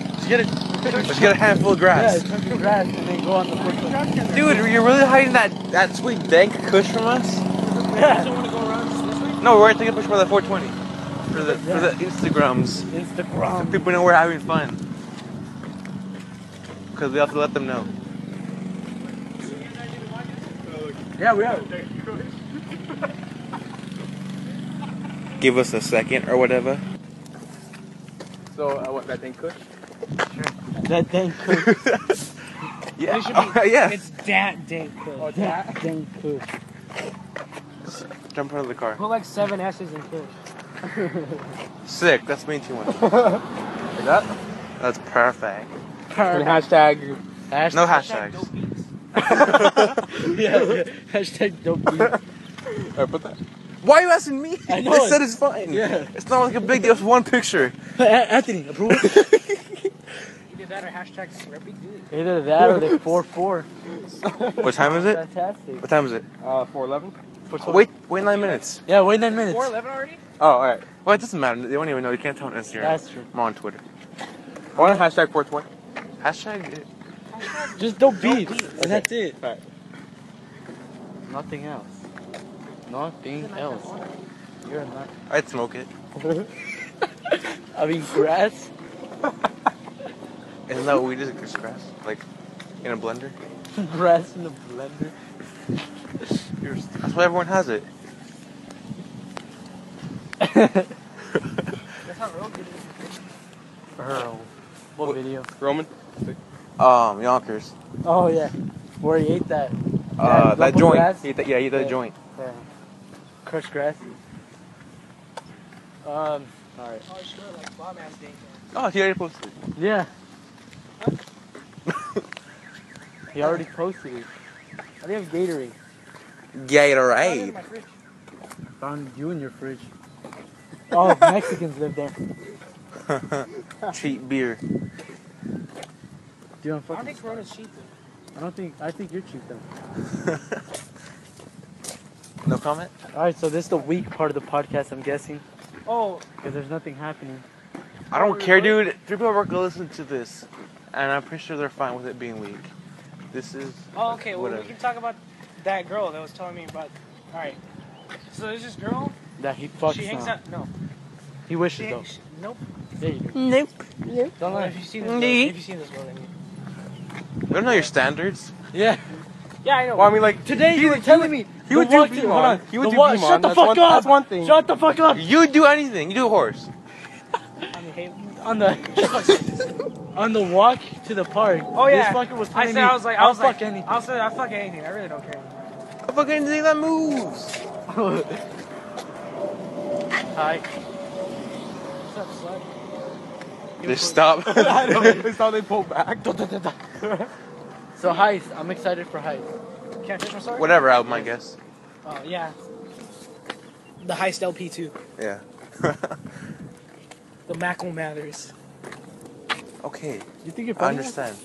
S1: Let's get it. Let's get a handful of
S4: Yeah,
S1: grass.
S4: it's under grass and then go on the foot.
S1: Dude, you're really hiding that that sweet dank Kush from us?
S4: Yeah.
S2: want to go around this way?
S1: No, we're taking a push by the 420 for the for the Instagrams. So
S4: Instagram.
S1: people know we're having fun. Because we have to let them know.
S4: Yeah, we are.
S1: Give us a second or whatever.
S5: So, uh, what, that thing Kush?
S4: That thing.
S1: Yeah.
S2: It should
S1: Oh, yeah.
S2: It's that dank Kush.
S4: That thing. cool.
S1: Jump out of the car.
S2: Put like seven S's in Kush.
S1: Sick. That's me too much.
S5: Like that?
S1: That's perfect.
S5: And hashtag.
S1: No
S2: Hashtag
S1: hashtags.
S2: dope beats.
S4: Yeah, yeah. Hashtag dope beat.
S5: Or put that.
S1: Why are you asking me?
S4: I know.
S1: said it's fine.
S4: Yeah.
S1: It's not like a big deal. It's one picture.
S4: A- Anthony, approval?
S2: Either that or hashtag Slurpee Dude.
S4: Either that or they 4 4.
S1: What time is it?
S4: Fantastic.
S1: What time is it?
S5: Uh, 411?
S1: Wait, wait nine minutes.
S4: Yeah, wait 9 minutes.
S2: 411 already?
S5: Oh, alright.
S1: Well, it doesn't matter. They won't even know. You can't tell on Instagram.
S4: That's true.
S1: I'm on Twitter.
S5: I want a hashtag 420.
S1: Hashtag. uh,
S4: Just dope beat. And that's it.
S5: Alright.
S4: Nothing else. Nothing else. You're not.
S1: I'd smoke it.
S4: I mean, grass.
S1: Isn't that what we just grass? Like in a blender?
S4: grass in the blender.
S1: You're, that's why everyone has it.
S3: That's not real good.
S4: Earl. What video?
S5: Roman?
S1: Um, Yonkers.
S4: Oh yeah, where he ate that
S1: Uh, that
S4: That lump of
S1: joint.
S4: grass?
S1: He ate that- yeah, he ate
S4: Yeah.
S1: that joint.
S4: uh, crushed grass. Um. All right.
S3: Oh, sure, like bomb ass thing.
S1: Oh, he already posted.
S4: Yeah. he already posted it. I think have Gatorade.
S3: Hey.
S1: Gatorade.
S4: Found you in your fridge. Oh, Mexicans live there.
S1: Cheap beer.
S4: Dude, I'm
S3: I don't
S4: fucking.
S3: think Corona's cheap. though.
S4: I don't think. I think you're cheap though.
S1: No comment?
S4: All right, so this is the weak part of the podcast, I'm guessing,
S3: Oh,
S4: because there's nothing happening.
S1: I don't care, dude. Three people at work will listen to this, and I'm pretty sure they're fine with it being weak. This is.
S3: oh, okay. Well,
S1: Whatever.
S3: we can talk about that girl that was telling me about. All right. So there's this girl.
S4: That he fucks
S3: she hangs
S4: now.
S3: out. No.
S4: He
S3: She,
S4: wishes though.
S3: hangs. nope.
S4: Yeah, you do.
S7: Nope.
S4: Don't
S3: Well,
S4: lie.
S3: if you see this girl, if you see this girl, I mean.
S1: I don't know your standards.
S4: Yeah.
S3: Yeah, I know.
S5: Well, I mean, like,
S4: Today you were telling me
S5: he would
S4: the
S5: do
S4: walk-
S5: Pokemon.
S4: Hold on.
S5: He would
S4: The
S5: do
S4: wa-
S5: Pokemon.
S4: Shut the
S5: That's
S4: fuck
S5: one-
S4: up.
S5: that's one thing.
S4: Shut the fuck up.
S1: You do anything. You do a horse.
S3: I mean, hey,
S4: On the on the walk to the park.
S3: Oh yeah.
S4: This fucker was
S3: I
S4: telling
S3: said
S4: me,
S3: I was like I
S4: I'll
S3: was
S4: fuck
S3: like,
S4: anything.
S3: I said I fuck anything. I really don't care.
S1: I fucking anything that moves.
S4: Hi.
S3: What's up, slut?
S1: Just stop.
S5: It's how they pull back.
S4: So heist. I'm excited for heist.
S3: Can I finish my story?
S1: Whatever album, I guess.
S3: Oh yeah.
S8: The heist LP two,
S1: Yeah.
S8: the Mackle Mathers.
S1: okay,
S4: You think you're
S1: I
S4: funny?
S1: understand.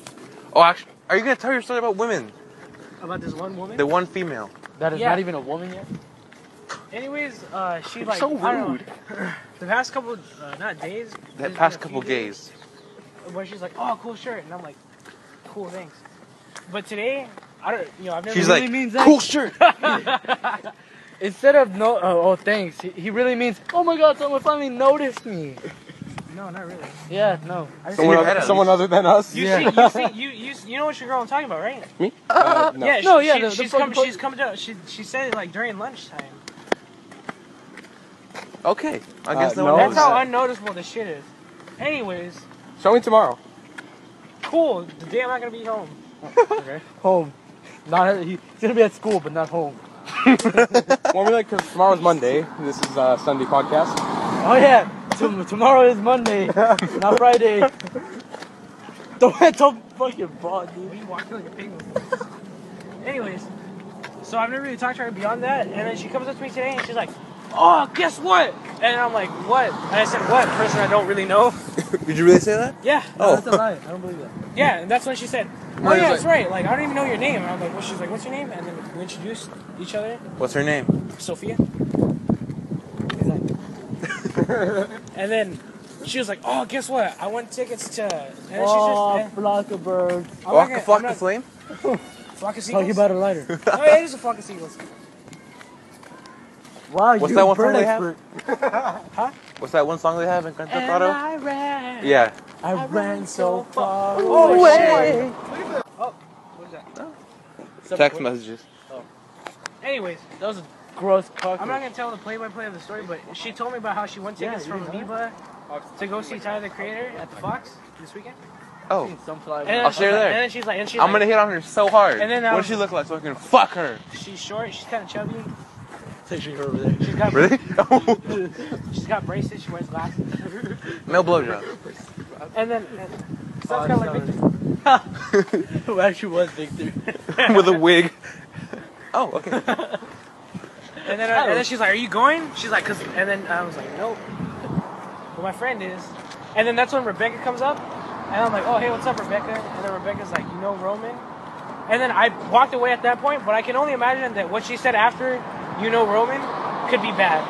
S1: Oh, actually, are you gonna tell your story about women?
S3: About this one woman.
S1: The one female.
S4: That is
S3: Yeah.
S4: not even a woman yet.
S3: Anyways, uh, she like
S5: so
S3: I don't know. The past couple, uh, not days. there's
S1: That
S3: been
S1: past
S3: a
S1: couple
S3: few days
S1: gays.
S3: Where she's like, oh, cool shirt, and I'm like, cool, thanks. But today, I don't, you know, I've never.
S1: She's
S4: really
S1: like,
S4: means that-
S1: cool shirt.
S4: Instead of no, oh, oh thanks. He, he really means. Oh my God, someone finally noticed me.
S3: no, not really.
S4: Yeah, no.
S3: I
S5: Someone,
S1: Yeah.
S5: other, someone other than us?
S3: You
S4: Yeah.
S3: see, you see, you you you know what your girl I'm talking about, right?
S5: Uh, no.
S3: Yeah,
S4: No,
S3: she,
S4: yeah,
S3: she-
S4: the- the
S3: she's
S4: fucking
S3: come,
S4: po-
S3: she's come down. She she said it like during lunchtime.
S1: Okay, I guess
S5: Uh,
S1: no
S5: no.
S1: one
S3: That's
S1: knows.
S3: how
S5: that?
S3: unnoticeable this shit is. Anyways,
S5: Show me tomorrow.
S3: cool. The day I'm not gonna be home.
S4: Home. Not he, he's gonna be at school, but not home.
S5: Well, we like, because tomorrow's Monday. This is uh, Sunday podcast.
S4: Oh yeah, Tom- tomorrow is Monday, not Friday. Don't, don't fucking ball, dude.
S3: You walking like a pig. Anyways, so I've never really talked to her beyond that, and then she comes up to me today and she's like, "Oh, guess what?" And I'm like, "What?" And I said, "What?" Person I don't really know.
S1: Did you really say that?
S3: Yeah, uh,
S1: Oh.
S4: That's a lie. I don't believe that.
S3: yeah. And that's when she said, "Oh
S5: Right,
S3: yeah,
S5: it's
S3: that's right. Like I don't even know your name." And I'm like, "Well," she's like, "What's your name?" And then we introduced each other,
S1: What's her name?
S3: Sophia. and then she was like, "Oh, guess what? I won tickets to." And then
S4: oh,
S3: she's just.
S4: flock of birds.
S3: eh, I'm not
S1: Walk
S3: gonna-
S1: a flock
S3: I'm not-
S1: of flame?
S3: Flock of
S4: Talk
S3: seagulls.
S4: about it later.
S3: Oh, yeah, it is a flock of seagulls.
S4: Wow,
S1: What's
S4: you're
S1: that
S4: a
S1: one
S4: bird
S1: song they
S4: expert.
S1: have? What's that one song they have in Grand Theft Auto? Yeah.
S4: I, ran so far
S3: Oh,
S4: away.
S3: What is that?
S1: Text messages.
S3: Anyways,
S4: That was a gross cock.
S3: I'm not gonna tell the play-by-play of the story, but she told me about how she won tickets from Amoeba to go see Tyler the Creator at the Fox this weekend.
S1: Oh,
S4: Sunflower.
S3: then-
S1: I'll see her
S3: like-
S1: there.
S3: And then she's like, and she's
S1: I'm gonna
S3: like,
S1: hit on her so hard.
S3: And then I
S1: what
S3: was-
S1: does she look like so I can fuck her?
S3: she's short, she's kind of chubby,
S4: Picture her over there.
S3: she's got
S1: Really?
S3: she's got braces, she wears glasses,
S1: Male blowjob.
S3: and then and sounds kind of like Victor.
S4: Who actually was Victor?
S1: With a wig. Oh, okay.
S3: And then and then she's like, are you going? She's like, cause and then I was like, nope. But my friend is, and then that's when Rebecca comes up, and I'm like, oh hey, what's up, Rebecca? And then Rebecca's like, you know Roman? And then I walked away at that point, but I can only imagine that what she said after, you know Roman, could be bad.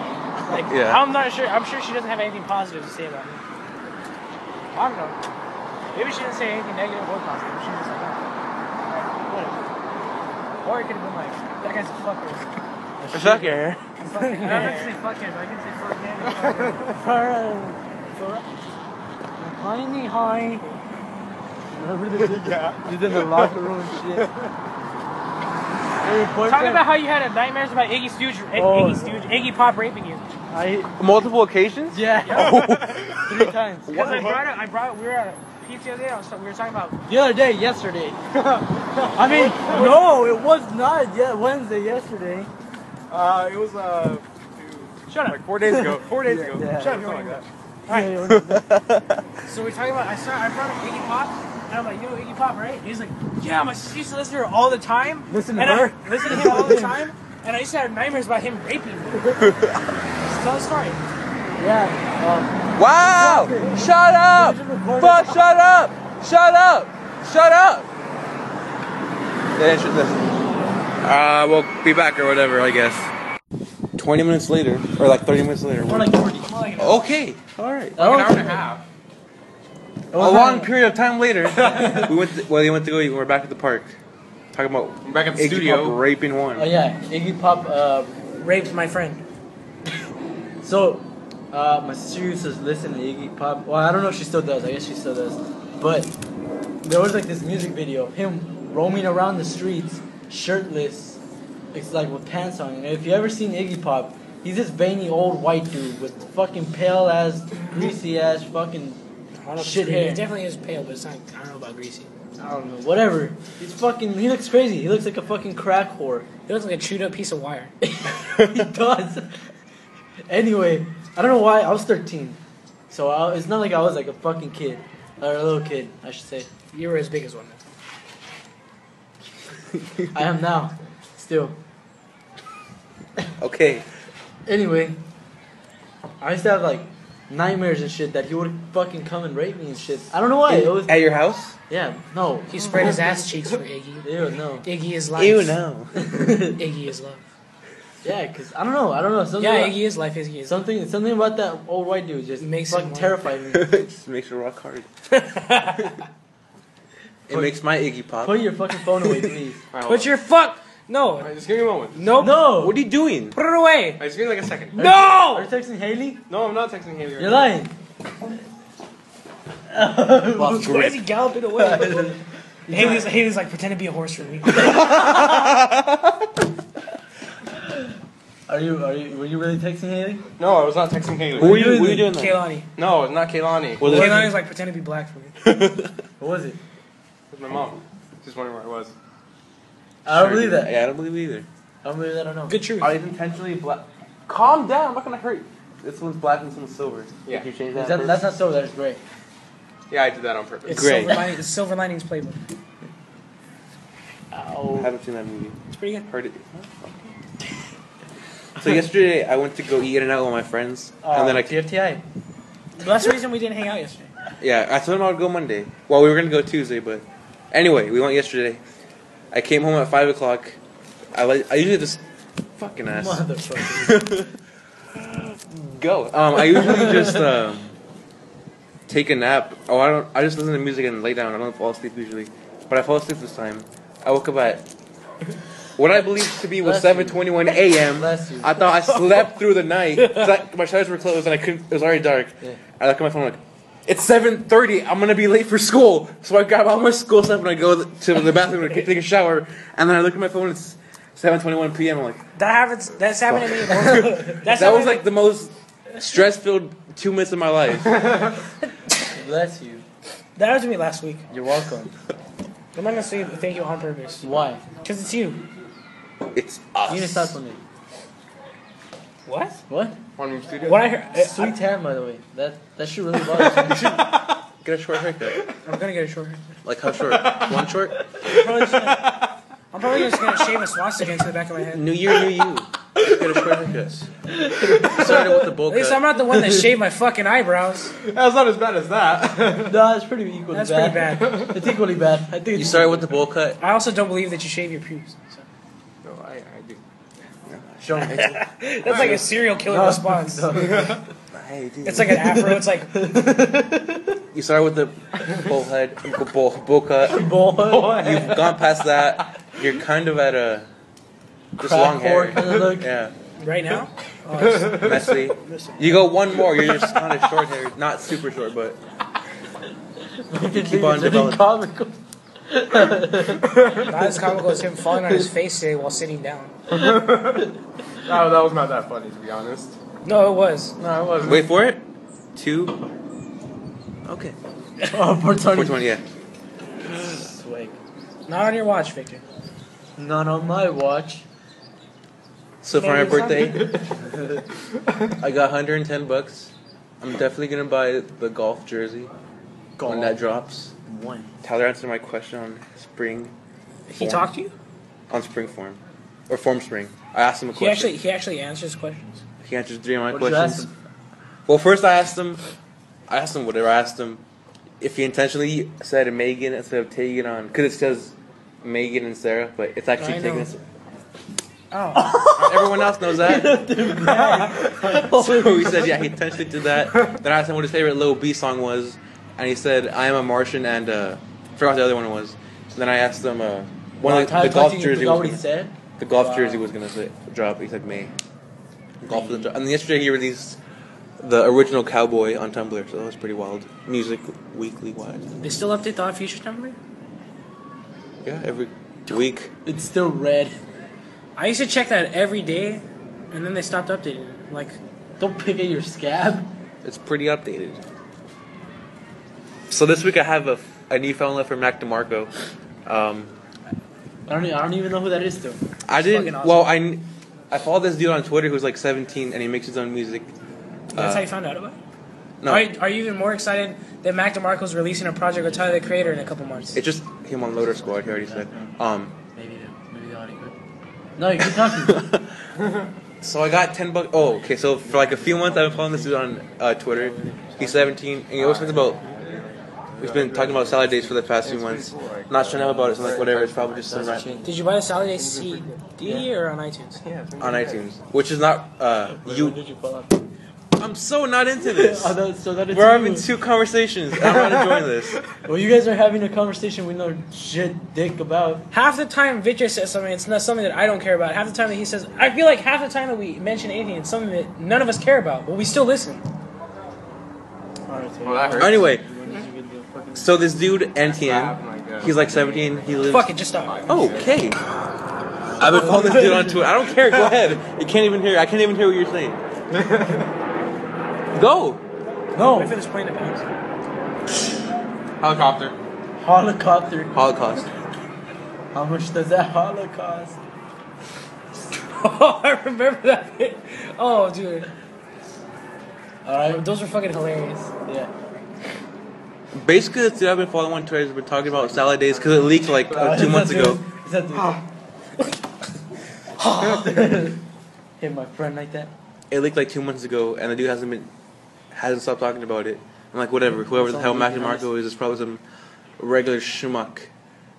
S3: Like
S1: Yeah.
S3: I'm not sure. I'm sure she doesn't have anything positive to say about me. I don't know. Maybe she didn't say anything negative or positive. She was just like, oh, whatever. Or it could have been like, that guy's a fucker.
S1: Fuck her.
S2: I don't say fuck it, but I can say fuck him.
S4: Honey, hi. Remember the yeah. You did the locker room shit. Hey, boyfriend,
S2: Talk about how you had nightmares about Iggy Stooge, Ig-
S4: Oh.
S2: Iggy Stooge, Iggy Pop raping you.
S4: I
S5: Multiple occasions?
S4: yeah. Three times.
S2: Because I brought it, I brought, we were at a pizza the other day, I was, we were talking about,
S4: The other day, yesterday. I mean, no, it was not yet Wednesday. Yesterday.
S5: Uh, it was, uh, dude,
S2: shut up.
S5: like four days ago. Four days
S4: Yeah,
S5: ago.
S4: yeah.
S5: Shut up, something like that.
S2: So we're talking about, I saw, I brought up Iggy Pop, and I'm like, yo, Iggy Pop, right? And he's like, yeah, my sister used to listen to her all the time.
S4: Listen to
S2: and
S4: her?
S2: I, listen to him all the time, and I used to have nightmares about him raping me. Tell the story.
S4: Yeah.
S1: Wow! Shut up! Fuck! Shut up! Shut up! Shut up! They should listen. Uh, we'll be back or whatever, I guess. Twenty minutes later, or like thirty minutes later.
S2: More like 40. More like an hour.
S1: Okay, all right.
S4: Um,
S5: An hour and a half.
S1: A
S5: Oh,
S1: long period of time later, we went. To, well, they went to go eat. and We're back at the park, talking about
S5: Back at the
S1: Iggy
S5: studio.
S1: Pop raping one.
S4: Oh yeah, Iggy Pop. Uh,
S2: Raped my friend.
S4: so, uh, my sister used to listen to Iggy Pop. Well, I don't know if she still does. I guess she still does. But there was like this music video of him roaming around the streets shirtless. It's like with pants on. And if you ever seen Iggy Pop, he's this veiny old white dude with fucking pale ass, greasy ass, fucking shit hair.
S3: It definitely is pale, but it's not. I don't know about greasy.
S4: I don't know, whatever. He's fucking. He looks crazy. He looks like a fucking crack whore.
S3: It looks like a chewed up piece of wire.
S4: he does. anyway, I don't know why I was 13, so I, it's not like I was like a fucking kid or a little kid, I should say.
S3: You were as big as one. Now.
S4: I am now, still.
S1: Okay.
S4: Anyway, I used to have like nightmares and shit that he would fucking come and rape me and shit. I don't know why. It was
S1: At your house?
S4: yeah, no.
S3: He spread his ass cheeks for Iggy.
S4: Ew, no.
S3: Iggy is life.
S1: Ew, no.
S3: Iggy is love.
S4: Yeah, cause I don't know. I don't know. Something
S3: Yeah,
S4: about,
S3: Iggy is life. Iggy is.
S4: Something, something about that old white dude just
S3: Makes
S4: fucking
S3: him white.
S4: terrified me.
S1: it just makes you rock hard. it makes my Iggy Pop.
S4: Put your fucking phone away, please.
S5: Alright, hold
S3: Put your fuck. No.
S5: on. Alright, just give me a moment.
S3: Nope.
S4: No!
S1: What are you doing?
S3: Put it away.
S5: Alright, just give me like a second.
S4: Are you
S3: No.
S4: texting Haley?
S5: No, I'm not texting Haley right
S4: You're
S5: now.
S4: lying.
S1: Lost
S2: Why is
S1: grip.
S2: he galloping away?
S3: Haley's, Haley's like pretend to be a horse for me.
S4: Are you, are you, were you really texting Haley?
S5: No, I was not texting Haley.
S1: What are you, what are you doing? Then?
S3: Kaylani.
S5: No, it's not Kaylani.
S1: Was it-
S3: Kaylani's like pretend to be black for me.
S4: What was it?
S5: It's my mom. Just wondering where I was.
S4: I don't believe that.
S1: Yeah, I don't believe it either.
S4: I don't believe that, I don't know.
S3: Good truth.
S1: I was intentionally black. Calm down. I'm not gonna hurt you. This one's black and this one's silver.
S5: Yeah.
S1: Did you change
S4: Is
S1: that?
S4: that,
S1: first?
S4: that's not so, that's great.
S5: Yeah, I did that on purpose.
S3: It's
S1: Great.
S3: Silver, lining, it's silver Linings Playbook.
S1: I haven't seen that movie.
S3: It's pretty good.
S1: Heard it. So yesterday I went to go eat in and out with my friends, and then I
S4: TFTI.
S3: That's the reason we didn't hang out yesterday.
S1: yeah I told them I would go Monday. Well, we were gonna go Tuesday, but anyway, we went yesterday. I came home at five o'clock. I like I usually just fucking ass.
S4: Motherfucker.
S1: Go. Um, I usually just um, take a nap. Oh, I don't. I just listen to music and lay down. I don't fall asleep usually, but I fall asleep this time. I woke up at what I believe to be was
S4: Bless you.
S1: seven twenty one a.m.
S4: Bless you.
S1: I thought I slept through the night. 'Cause I- my shutters were closed and I couldn't. It was already dark.
S4: Yeah.
S1: I look at my phone like. It's seven thirty. I'm gonna be late for school, so I grab all my school stuff and I go to the bathroom to take a shower. And then I look at my phone. It's seven twenty-one p.m. I'm like,
S3: That happens. That's happened to me. That's
S1: that was
S3: happened
S1: like the most stress-filled two minutes of my life.
S4: Bless you.
S3: to- that happened to me last week.
S4: You're welcome.
S3: I'm not gonna say thank you on purpose
S4: Why?
S3: because it's you.
S1: It's
S4: You need to
S1: us.
S4: stop for me.
S3: What?
S4: What?
S5: One room studio.
S3: What I uh, heard.
S4: Sweet tan, by the way. That that shit really bothers me.
S1: Get a short haircut.
S3: I'm gonna get a short. haircut.
S1: Like how short? One short?
S4: Probably shouldn't.
S3: I'm probably just gonna shave a swastika into the back of my head.
S1: New year, new you. Get a short haircut. Started with the bowl
S3: At least I'm
S1: cut.
S3: not the one that shaved my fucking eyebrows.
S5: That's not as bad as that.
S4: no, it's pretty equally
S3: That's pretty
S4: bad.
S3: bad.
S4: bad. It's equally bad. I think it's
S1: You started with the bowl cut.
S3: I also don't believe that you shave your pubes. So.
S5: no, I, I do.
S1: Show me.
S3: That's like a serial killer
S4: No,
S3: response.
S1: Hey, dude.
S3: It's like an afro. It's like
S1: You started with the bowl head, bowl, bowl cut.
S4: Boy.
S1: Oh, You've gone past that. You're kind of at a Just
S4: Crack
S1: long hair.
S4: whore kinda look.
S1: Yeah.
S3: Right now? Oh, it's-
S1: Messy. You go one more, you're just kind of short hair. Not super short, but
S4: Keep
S1: on developing.
S4: Comical.
S3: not as comical as him falling on his face today while sitting down.
S5: No, Oh, that was not that funny to be honest.
S3: No, it was.
S5: No, it wasn't.
S1: wait for it. Two. Okay.
S4: Oh, poor Tony.
S1: Which one? Yeah.
S4: Swag.
S3: Not on your watch, Victor.
S4: Not on my watch.
S1: So for my
S3: Maybe
S1: birthday, I got 110 bucks. I'm definitely gonna buy the golf jersey when that drops.
S4: One.
S1: Tyler answered my question on spring,
S3: He
S1: Form.
S3: talked to you?
S1: on spring form, or form spring. I asked him a
S3: He
S1: question.
S3: actually he actually answers questions.
S1: He answered three of my
S4: What did you
S1: questions.
S4: ask him?
S1: Well, first I asked him, I asked him whatever. I asked him if he intentionally said Megan instead of Tegan on, because it says Megan and Sarah, but it's actually
S3: I
S1: Tegan.
S3: know.
S1: and Sarah.
S3: Oh.
S1: Everyone else knows that. so he said, yeah, he intentionally did that. Then I asked him what his favorite Lil B song was, and he said, I am a Martian, and uh, forgot the other one was. And then I asked him, uh, one of the, the golf jersey was
S4: what he
S1: gonna-
S4: said.
S1: the golf jersey was gonna say, drop. He said May. Golf was drop. And yesterday he released the original Cowboy on Tumblr, so that was pretty wild. Music weekly wise.
S3: They still update the Odd Future number?
S1: Yeah, every week.
S4: It's still red.
S3: I used to check that every day, and then they stopped updating it. Like,
S4: Don't pick at your scab.
S1: It's pretty updated. So this week I have a, a newfound love for Mac DeMarco. Um,
S4: I don't. e- I don't even know who that is still.
S1: I didn't.
S3: fucking awesome.
S1: Well, I kn- I follow this dude on Twitter who's like 17 and he makes his own music.
S3: that's
S1: Uh,
S3: how you found out about it?
S1: No,
S3: Are, you, are you even more excited that Mac DeMarco's releasing a project with Tyler the Creator in a couple months?
S1: it's just him on Loader Squad. He already said. Um,
S4: Maybe. the- Maybe the audio. No, you keep talking.
S1: So I got ten bucks. Oh, okay. So for like a few months, I've been following this dude on uh, Twitter. He's seventeen, and he always talks about. We've been talking about salad days for the past few months. Not shut up about it. So I'm like, whatever. It's probably just some rant
S3: Did you buy the Solid Day CD or on iTunes?
S5: Yeah, it's-
S1: on iTunes, which is not. Uh,
S4: When
S1: you.
S4: did you fall off?
S1: I'm so not into this.
S4: Oh, that, so that it's
S1: We're having
S4: you.
S1: two conversations. And I'm not enjoying this.
S4: Well, you guys are having a conversation we know shit dick about.
S3: Half the time Victor says something, it's not something that I don't care about. Half the time that he says, I feel like half the time that we mention anything, it's something that none of us care about, but we still listen.
S4: Alright, so
S5: Well, that hurts.
S1: Anyway,
S4: When did you get the fucking-
S1: so this dude NTN, he's like 17. He lives.
S3: Fuck it, just stop.
S1: Okay. I've been following this dude on Twitter. I don't care. Go ahead. You can't even hear. I can't even hear what you're saying. Go.
S3: What if
S4: No,
S3: it was playing the back?
S5: Helicopter.
S4: helicopter.
S1: Holocaust.
S4: How much does that holocaust?
S3: Oh, I remember that. bit. Oh, dude.
S4: Alright,
S3: Those were fucking hilarious.
S4: yeah.
S1: Basically, this dude I've been following on Twitter has been talking about salad days because it leaked like uh, two months ago.
S4: Is that the Hit my friend like that.
S1: It leaked like two months ago, and the dude hasn't been hasn't stopped talking about it. I'm like, whatever. Whoever the hell Mac DeMarco is is probably some regular schmuck.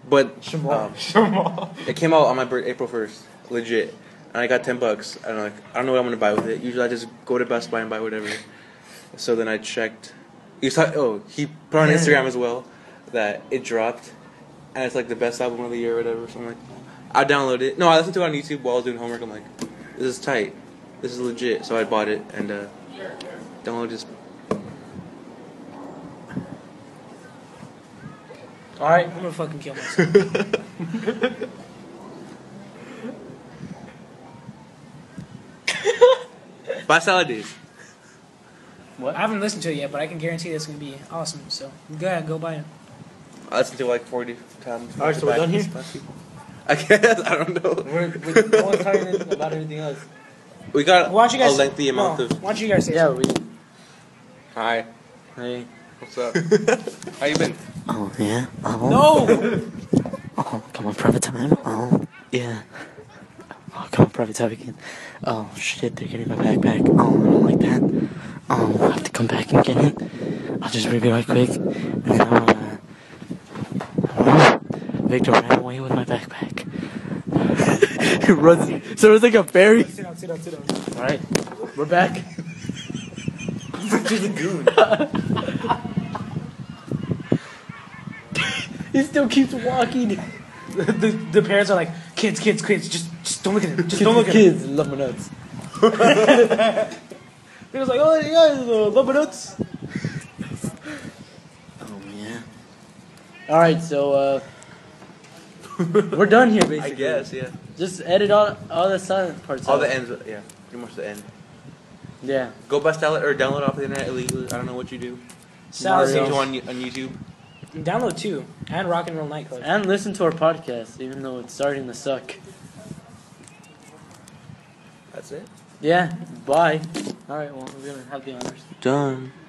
S1: But um,
S4: Shamal.
S1: It came out on my birthday, April first, legit, and I got ten bucks. And like, I don't know what I'm gonna buy with it. Usually, I just go to Best Buy and buy whatever. So then I checked. He was talk- oh, he put on Instagram as well that it dropped, and it's like the best album of the year or whatever. So I'm like, I downloaded it. No, I listened to it on YouTube while I was doing homework. I'm like, this is tight. This is legit. So I bought it and uh, downloaded this.
S4: Alright,
S3: I'm gonna fucking kill myself.
S1: Buy salad days.
S3: I haven't listened to it yet, but I can guarantee it's gonna be awesome. So go ahead, go buy it.
S1: I listened to it like 40 times.
S4: Alright, so we're
S1: back
S4: done here?
S1: this past week. I guess I don't know.
S4: we're, we're no one's talking about everything else.
S1: We got
S3: Why don't you guys?
S1: a lengthy amount
S3: no,
S4: Oh.
S1: of.
S3: Why don't you guys say?
S4: Yeah, we.
S5: Hi.
S4: Hey.
S5: What's up? How you been?
S9: Oh yeah. Oh.
S4: No!
S9: Oh, come on, private time. Oh yeah. Oh, come on, private time again. Oh shit, they're getting my backpack. Oh, I don't like that. Oh, I have to come back and get it. I'll just read it right quick, and then I'll. Uh, oh, Victor ran away with my backpack. he runs. So it's like a fairy.
S3: Sit down, sit down, sit down.
S4: Alright, we're back. he still keeps walking.
S3: the, the parents are like, kids, kids, kids, just
S2: Just don't look at him. Just
S4: Kids,
S2: don't look at him.
S4: kids love my nuts. he was like, oh, you guys uh, love my nuts.
S9: Oh yeah.
S4: All right, so uh, we're done here, basically.
S1: I guess, yeah.
S4: Just edit all all the silent parts.
S1: All
S4: out.
S1: the ends, yeah. Pretty much the end.
S4: Yeah.
S1: Go bust out it or download it off the internet illegally. I don't know what you do.
S4: Sounds-
S1: Listen to on on YouTube.
S3: Download two and Rock and Roll Nightclub.
S4: And listen to our podcast, even though it's starting to suck.
S1: That's it.
S4: Yeah. Bye. All right. Well, we're gonna have the honors.
S1: Done.